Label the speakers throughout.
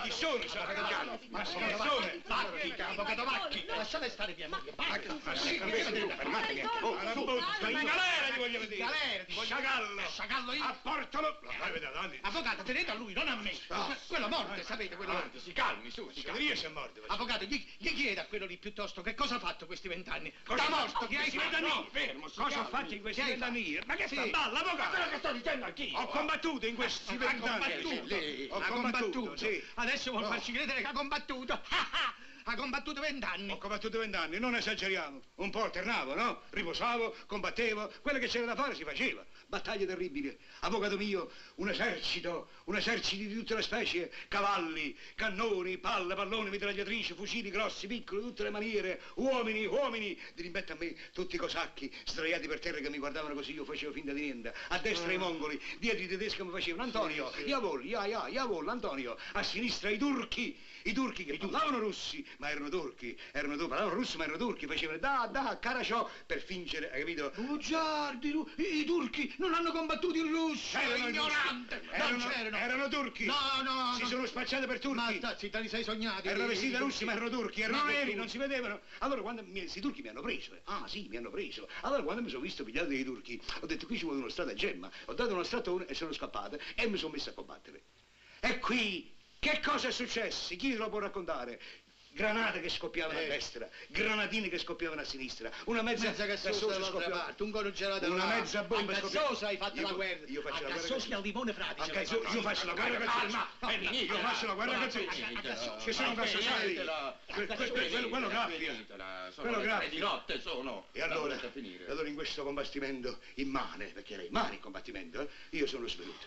Speaker 1: scherzione, signora Caggiano, ma scherzione.
Speaker 2: Vacchi, avvocato Vacchi!
Speaker 3: Ma-
Speaker 2: Lasciate stare via Emilio,
Speaker 1: Ma,
Speaker 2: basta!
Speaker 1: ma sì, fermatevi anche voi.
Speaker 3: Ma-
Speaker 1: Su,
Speaker 3: Ma-
Speaker 1: in galera ti voglio vedere.
Speaker 2: In galera ti voglio-
Speaker 1: Sciagallo.
Speaker 2: Sciagallo io?
Speaker 1: A Portolo. La fai vedere, Anni.
Speaker 2: Avvocato, tenete a lui, non a me!
Speaker 1: Ah.
Speaker 2: Que- Quello morte, sapete, quello
Speaker 1: Ah.
Speaker 2: morte, si calmi, su, si calmi! Ah,
Speaker 1: Sciagalleria si è morto.
Speaker 2: Avvocato, gli, gli chieda a quello lì piuttosto che cosa ha fatto questi vent'anni?
Speaker 1: Cosa
Speaker 2: Da morto, che hai fatto?
Speaker 1: No,
Speaker 2: No.
Speaker 1: fermo,
Speaker 3: si
Speaker 1: Cosa ho
Speaker 3: calmi.
Speaker 1: fatto in questi
Speaker 2: Che hai
Speaker 1: vent'anni? Ma che
Speaker 2: Sì.
Speaker 1: sta balla, avvocato?
Speaker 3: quello che sto dicendo anch'io.
Speaker 1: Ho combattuto in questi
Speaker 2: Ha
Speaker 1: vent'anni.
Speaker 2: combattuto,
Speaker 1: Sì, Ho
Speaker 2: ha combattuto,
Speaker 1: combattuto, sì.
Speaker 2: Adesso vuol
Speaker 1: No.
Speaker 2: farci credere che ha combattuto. ha combattuto vent'anni.
Speaker 1: Ho combattuto vent'anni, non esageriamo. Un po' alternavo, no? Riposavo, combattevo, quello che c'era da fare si faceva. Battaglie terribili. Avvocato mio, un esercito, un esercito di tutte le specie, cavalli, cannoni, palle, palloni, mitragliatrici, fucili grossi, piccoli, di tutte le maniere, uomini, uomini. Di rimpetto a me tutti i cosacchi sdraiati per terra che mi guardavano così, io facevo finta di niente. A
Speaker 2: Ah.
Speaker 1: destra i mongoli, dietro i tedeschi mi facevano Antonio, Iavol, ia, ia, Iavol, Antonio. A sinistra i turchi, i turchi che parlavano russi, ma erano turchi, erano turchi, parlavano russo, ma erano turchi, facevano da, da, caracciò, per fingere, hai capito?
Speaker 2: Bugiardi, tu- i, i turchi non hanno combattuto in Russia.
Speaker 1: C'erano i turchi.
Speaker 2: ignorante.
Speaker 1: Erano-
Speaker 2: non c'erano.
Speaker 1: erano turchi.
Speaker 2: No, no,
Speaker 1: Si
Speaker 2: no.
Speaker 1: sono spacciati per turchi.
Speaker 2: Ma sta, zitta, li sei sognati.
Speaker 1: Erano
Speaker 2: i-
Speaker 1: vestiti da
Speaker 2: i
Speaker 1: russi, ma erano turchi, erano
Speaker 2: Ma che
Speaker 1: neri,
Speaker 2: turchi?
Speaker 1: non si vedevano. Allora quando mi- questi turchi mi hanno preso, eh. ah sì, mi hanno preso. Allora quando mi sono visto pigliato dai turchi, ho detto qui ci vuole uno stratagemma. Ho dato uno stratone e sono scappato e mi sono messo a combattere. E qui, che cosa è successo? Chi lo può raccontare? Granate che scoppiavano a
Speaker 2: Eh.
Speaker 1: destra, granatine che scoppiavano a sinistra, una mezza,
Speaker 2: Mezza gassosa
Speaker 1: gassosa
Speaker 2: dall'altra
Speaker 1: scoppiava-
Speaker 2: parte, un coro gelato
Speaker 1: una
Speaker 2: là.
Speaker 1: mezza bomba
Speaker 2: A
Speaker 1: scoppiava-
Speaker 2: gassosa hai fatto
Speaker 1: Io-
Speaker 2: la guerra.
Speaker 1: Io faccio
Speaker 2: A
Speaker 1: la guerra.
Speaker 2: gassosi
Speaker 1: che-
Speaker 2: al limone frate,
Speaker 1: A
Speaker 2: se
Speaker 1: gassosi-
Speaker 2: lo fai.
Speaker 1: io faccio la guerra.
Speaker 2: Calma,
Speaker 1: che-
Speaker 2: calma,
Speaker 1: Io faccio la guerra. che- che sono gassosari. Que- que- que- quello- quello graffia. Quello
Speaker 3: Quello
Speaker 1: graffia.
Speaker 3: graffia. di notte sono.
Speaker 1: E allora,
Speaker 3: Sta a finire.
Speaker 1: allora in questo combattimento immane, perché era immane il combattimento, eh, io sono svenuto.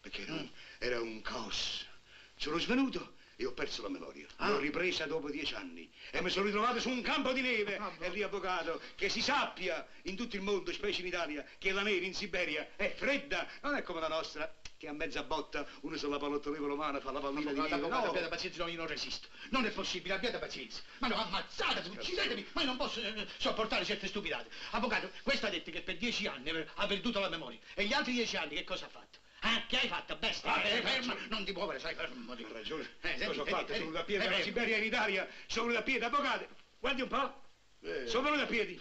Speaker 1: Perché era un, era un caos. Sono svenuto e ho perso la memoria. L'ho ripresa dopo dieci anni e mi sono ritrovato su un campo di neve. e lì, avvocato, che si sappia in tutto il mondo, specie in Italia, che la neve in Siberia è fredda, non è come la nostra, che a mezza botta uno sulla pallottolevola umana fa la pallina di
Speaker 2: Avvocato,
Speaker 1: neve.
Speaker 2: avvocato,
Speaker 1: No.
Speaker 2: abbiate pazienza, no, io non resisto. Non è possibile, abbiate pazienza. Ma no, ammazzate,
Speaker 1: Certo.
Speaker 2: uccidetemi, ma io non posso eh, sopportare certe stupidate. Avvocato, questo ha detto che per dieci anni eh, ha perduto la memoria. E gli altri dieci anni che cosa ha fatto? Ah, che hai fatto, bestia?
Speaker 1: Ah,
Speaker 2: Eh,
Speaker 1: hai
Speaker 2: ferma,
Speaker 1: ragione.
Speaker 2: non ti muovere, sai, fermo.
Speaker 1: Ha ragione.
Speaker 2: Eh, senti,
Speaker 1: Cosa ho
Speaker 2: eh,
Speaker 1: fatto?
Speaker 2: eh,
Speaker 1: Sono venuto a piedi
Speaker 2: eh,
Speaker 1: dalla
Speaker 2: eh.
Speaker 1: Siberia in Italia, sono venuto a piedi, avvocato. Guardi un po'. Sono venuto a piedi.